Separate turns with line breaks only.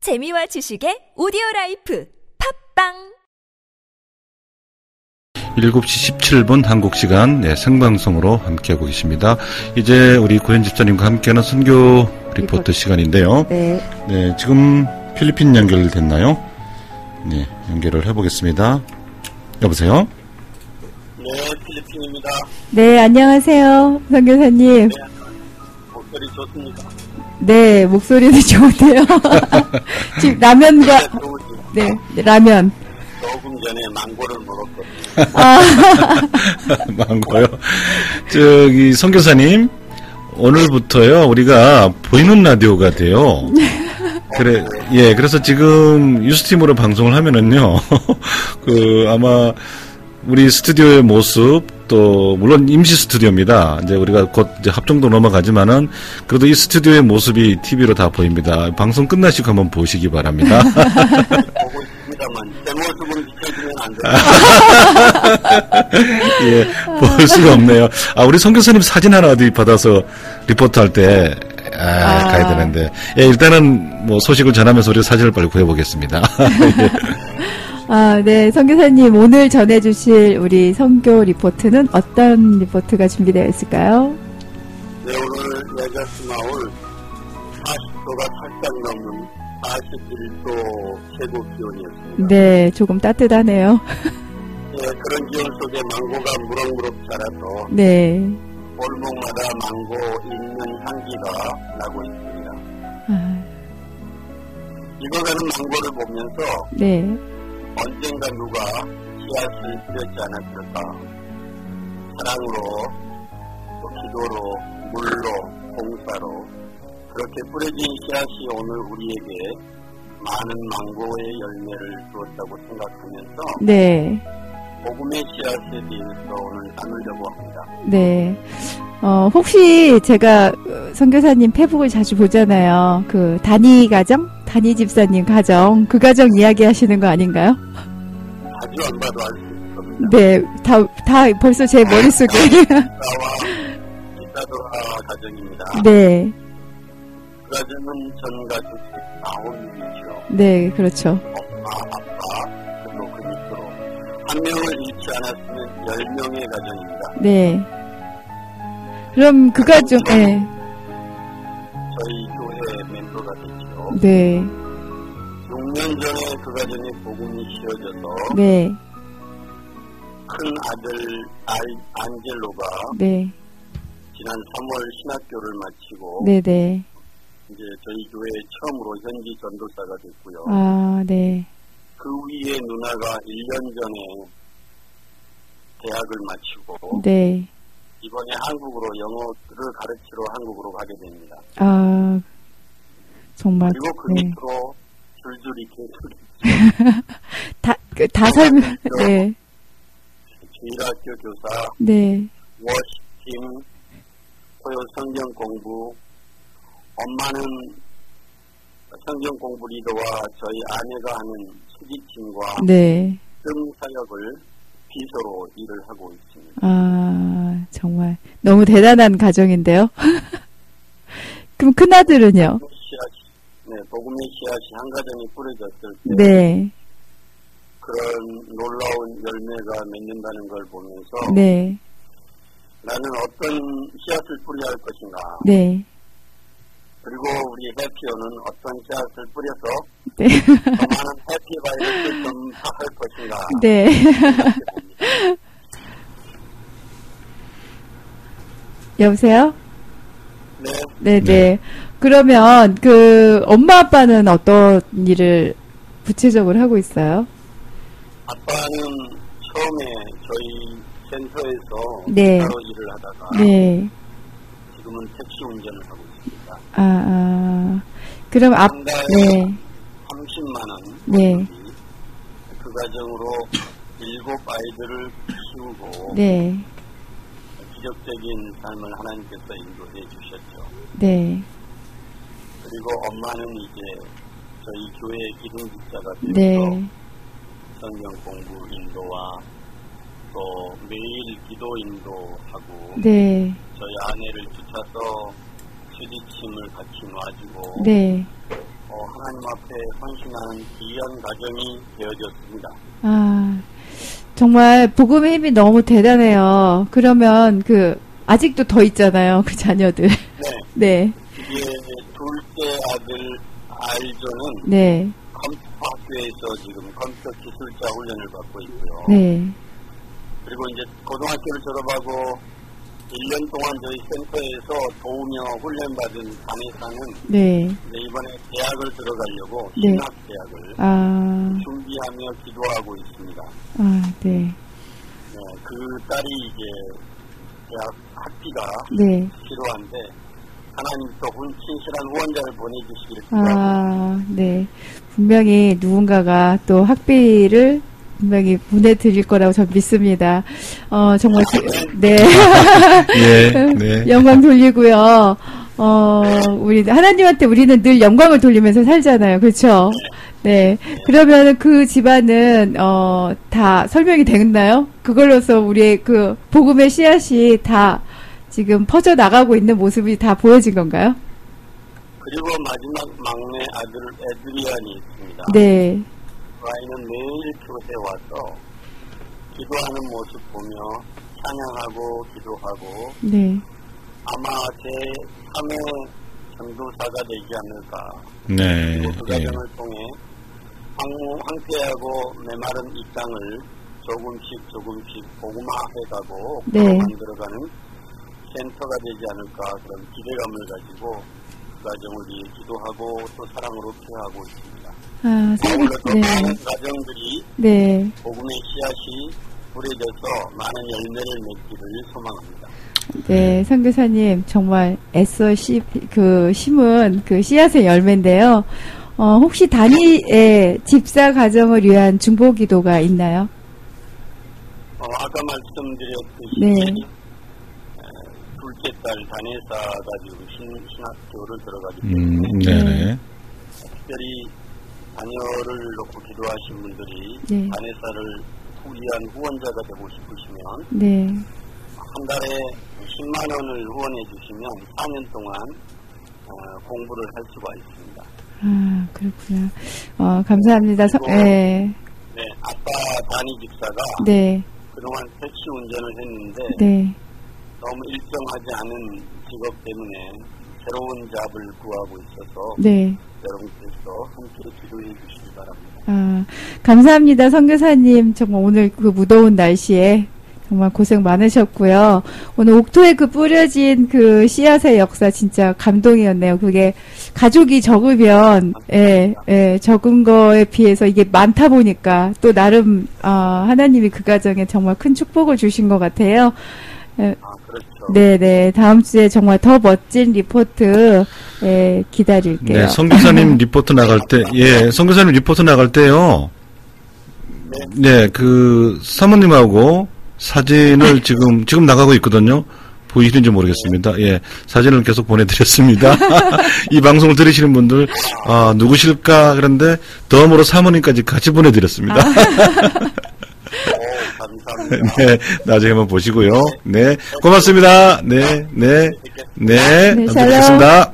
재미와 지식의 오디오 라이프 팝빵!
7시 17분 한국 시간 네, 생방송으로 함께하고 계십니다. 이제 우리 고현 집사님과 함께하는 선교 리포트
리포트.
시간인데요.
네,
네, 지금 필리핀 연결됐나요? 네, 연결을 해보겠습니다. 여보세요?
네, 필리핀입니다.
네 안녕하세요, 선 교사님.
목소리 좋습니다.
네, 목소리도 좋은데요. 지금 라면과
들어오지.
네 라면.
조금 전에 망고를 먹었고.
망고요. 저기 선교사님 오늘부터요 우리가 보이는 라디오가 돼요. 그래 예 그래서 지금 유스팀으로 방송을 하면은요 그 아마 우리 스튜디오의 모습 또 물론 임시 스튜디오입니다. 이제 우리가 곧 이제 합정도 넘어가지만은 그래도 이 스튜디오의 모습이 TV로 다 보입니다. 방송 끝나시고 한번 보시기 바랍니다.
보고 있습니다만, 제 모습은 비춰주면 안 돼요.
예, 볼 수가 없네요. 아, 우리 선교사님 사진 하나 어디 받아서 리포트 할 때, 아,
아.
가야 되는데. 예, 일단은 뭐 소식을 전하면서 우리 사진을 빨리 구해보겠습니다.
아, 네, 선 교사님 오늘 전해주실 우리 선교 리포트는 어떤 리포트가 준비되어 있을까요?
네, 오늘 야자스 마을 40도가 살짝 넘는 41도 최고 기온이었습니다.
네, 조금 따뜻하네요.
네, 그런 기온 속에 망고가 무럭무럭 자라서
네,
골목마다 망고 있는 향기가 나고 있습니다.
아,
익어가는 망고를 보면서
네,
언젠가 누가 씨앗을 뿌렸지 않았을까? 사랑으로, 또 기도로, 물로, 봉사로 그렇게 뿌려진 씨앗이 오늘 우리에게 많은 망고의 열매를 주었다고 생각하면서
네.
복음의 씨앗에 대해서 오늘 나누려고 합니다.
네. 어, 혹시 제가 선교사님 페북을 자주 보잖아요. 그 단위 가정, 단위 집사님 가정, 그 가정 이야기 하시는 거 아닌가요?
아주 안 봐도 알 수 있을 겁니다.
네. 다, 다 벌써 제 머릿속에.
나와 기타도하 아, 가정입니다.
네.
그 가정은 전 가족이 아홉이죠.
네, 그렇죠.
엄마, 아빠, 그리고 그 밑으로 한 명을 잃지 않았으면 열 명의 가정입니다.
네. 그럼 그 가정, 예.
저희 교회 멤버가 됐죠.
네.
6년 전에 그 가정에 복음이 씌워져서
네.
큰 아들 아이, 안젤로가
네.
지난 3월 신학교를 마치고
네, 네.
이제 저희 교회 처음으로 현지 전도사가 됐고요.
아, 네.
그 위에 누나가 1년 전에 대학을 마치고
네.
이번에 한국으로 영어를 가르치러 한국으로 가게 됩니다.
아, 정말.
그리고 그
네.
밑으로 줄줄이 계속
다, 그, 다 설명, 네.
주일학교 교사,
네.
워시팀, 고요 성경 공부, 엄마는 성경 공부 리더와 저희 아내가 하는 수기팀과
네.
등 사역을 비서로 일을 하고 있습니다.
아, 정말 너무 대단한 가정인데요. 그럼 큰아들은요?
복음의 씨앗이, 네, 복음의 씨앗이 한 가정에 뿌려졌을 때
네.
그런 놀라운 열매가 맺는다는 걸 보면서
네.
나는 어떤 씨앗을 뿌려야 할 것인가
네.
그리고 우리 해피오는 어떤 씨앗을 뿌려서
네.
더 많은 해피바이러스를 좀 파할 것인가
네. 여보세요?
네,
네.
네, 네. 그러면 그 엄마 아빠는 어떤 일을 구체적으로 하고 있어요?
아빠는 처음에 저희 센터에서
네.
따로 일을 하다가
네.
지금은 택시 운전을 하고 있습니다.
아, 아. 그럼 앞,
한 달에
네.
30만 원.
네.
그 과정으로 일곱 아이들을 키우고
네.
기적적인 삶을 하나님께서 인도해 주셨죠.
네.
그리고 엄마는 이제 저희 교회 기둥 집사가 되어서
네.
성경 공부 인도와 또 매일 기도 인도하고
네.
저희 아내를 쫓아서 휴지침을 같이 놔주고
네.
어, 하나님 앞에 헌신하는 귀한 가정이 되어졌습니다.
아, 정말 복음의 힘이 너무 대단해요. 그러면 그 아직도 더 있잖아요, 그 자녀들.
네,
네,
이게 둘째 아들 알조는
네,
컴퓨터 학교에서 지금 컴퓨터 기술자 훈련을 받고 있고요.
네.
그리고 이제 고등학교를 졸업하고 1년 동안 저희 센터에서 도우며 훈련받은 간의사는
네.
이제 이번에 대학을 들어가려고
네.
신학대학을
아,
준비하며 기도하고 있습니다.
아, 네.
네, 그 딸이 이제 대학 학비가
네.
필요한데 하나님도 분 신실한 후원자를 보내주시길 기도합니다.
아, 네. 분명히 누군가가 또 학비를 분명히 보내드릴 거라고 전 믿습니다. 어, 정말, 지- 네.
예, 네.
영광 돌리고요. 어, 우리, 하나님한테 우리는 늘 영광을 돌리면서 살잖아요. 그렇죠 네. 그러면 그 집안은, 어, 다 설명이 됐나요? 그걸로서 우리의 그, 복음의 씨앗이 다 지금 퍼져나가고 있는 모습이 다 보여진 건가요?
그리고 마지막 막내 아들 에드리안이 있습니다.
네.
그 아이는 매일 교회에 와서 기도하는 모습 보며 찬양하고 기도하고
네.
아마 제 3의 전도사가 되지 않을까.
예,
네.
그리고 그
네.
과정을 통해 황, 황폐하고 메마른 이 땅을 조금씩 조금씩 복음화해가고
네.
만들어가는 센터가 되지 않을까 그런 기대감을 가지고 그 과정을 위해 기도하고 또 사랑으로 피하고 있습니다.
아, 사랑,
아울러서
네.
많은 가정들이
네.
복음의 씨앗이 뿌려져서 많은 열매를 맺기를 소망합니다.
네, 선교사님 정말 애써 씨, 그 심은 그 씨앗의 열매인데요. 어, 혹시 단위의 예, 집사 가정을 위한 중보 기도가 있나요?
어, 아까 말씀드렸듯이
네.
어, 둘째 딸 다네사가 지금 신, 신학교를 들어가기
음, 네,
때문에
네.
특별히 자녀를 놓고 기도하신 분들이
네.
다네사를 후위한 후원자가 되고 싶으시면
네.
한 달에 10만 원을 후원해 주시면 4년 동안 어, 공부를 할 수가 있습니다.
아, 그렇구나. 어, 감사합니다. 서, 예.
네, 아빠 다니 집사가
네.
그동안 택시 운전을 했는데
네.
너무 일정하지 않은 직업 때문에 새로운 잡을 구하고 있어서
네.
여러분께서 함께 기도해 주시기 바랍니다.
아, 감사합니다. 선교사님 정말 오늘 그 무더운 날씨에 정말 고생 많으셨고요. 오늘 옥토에 그 뿌려진 그 씨앗의 역사 진짜 감동이었네요. 그게 가족이 적으면 예, 예, 적은 거에 비해서 이게 많다 보니까 또 나름 아, 하나님이 그 가정에 정말 큰 축복을 주신 것 같아요.
아, 그렇죠.
네, 네. 다음 주에 정말 더 멋진 리포트 예, 기다릴게요.
네, 성교사님 리포트 나갈 때, 예, 성교사님 리포트 나갈 때요. 네, 그 사모님하고 사진을 지금 지금 나가고 있거든요. 보이시는지 모르겠습니다. 예, 사진을 계속 보내드렸습니다. 이 방송을 들으시는 분들 아 누구실까 그런데 덤으로 사모님까지 같이 보내드렸습니다.
오, 감사합니다.
네, 나중에 한번 보시고요. 네, 고맙습니다. 네, 네, 네,
네,
감사드리겠습니다.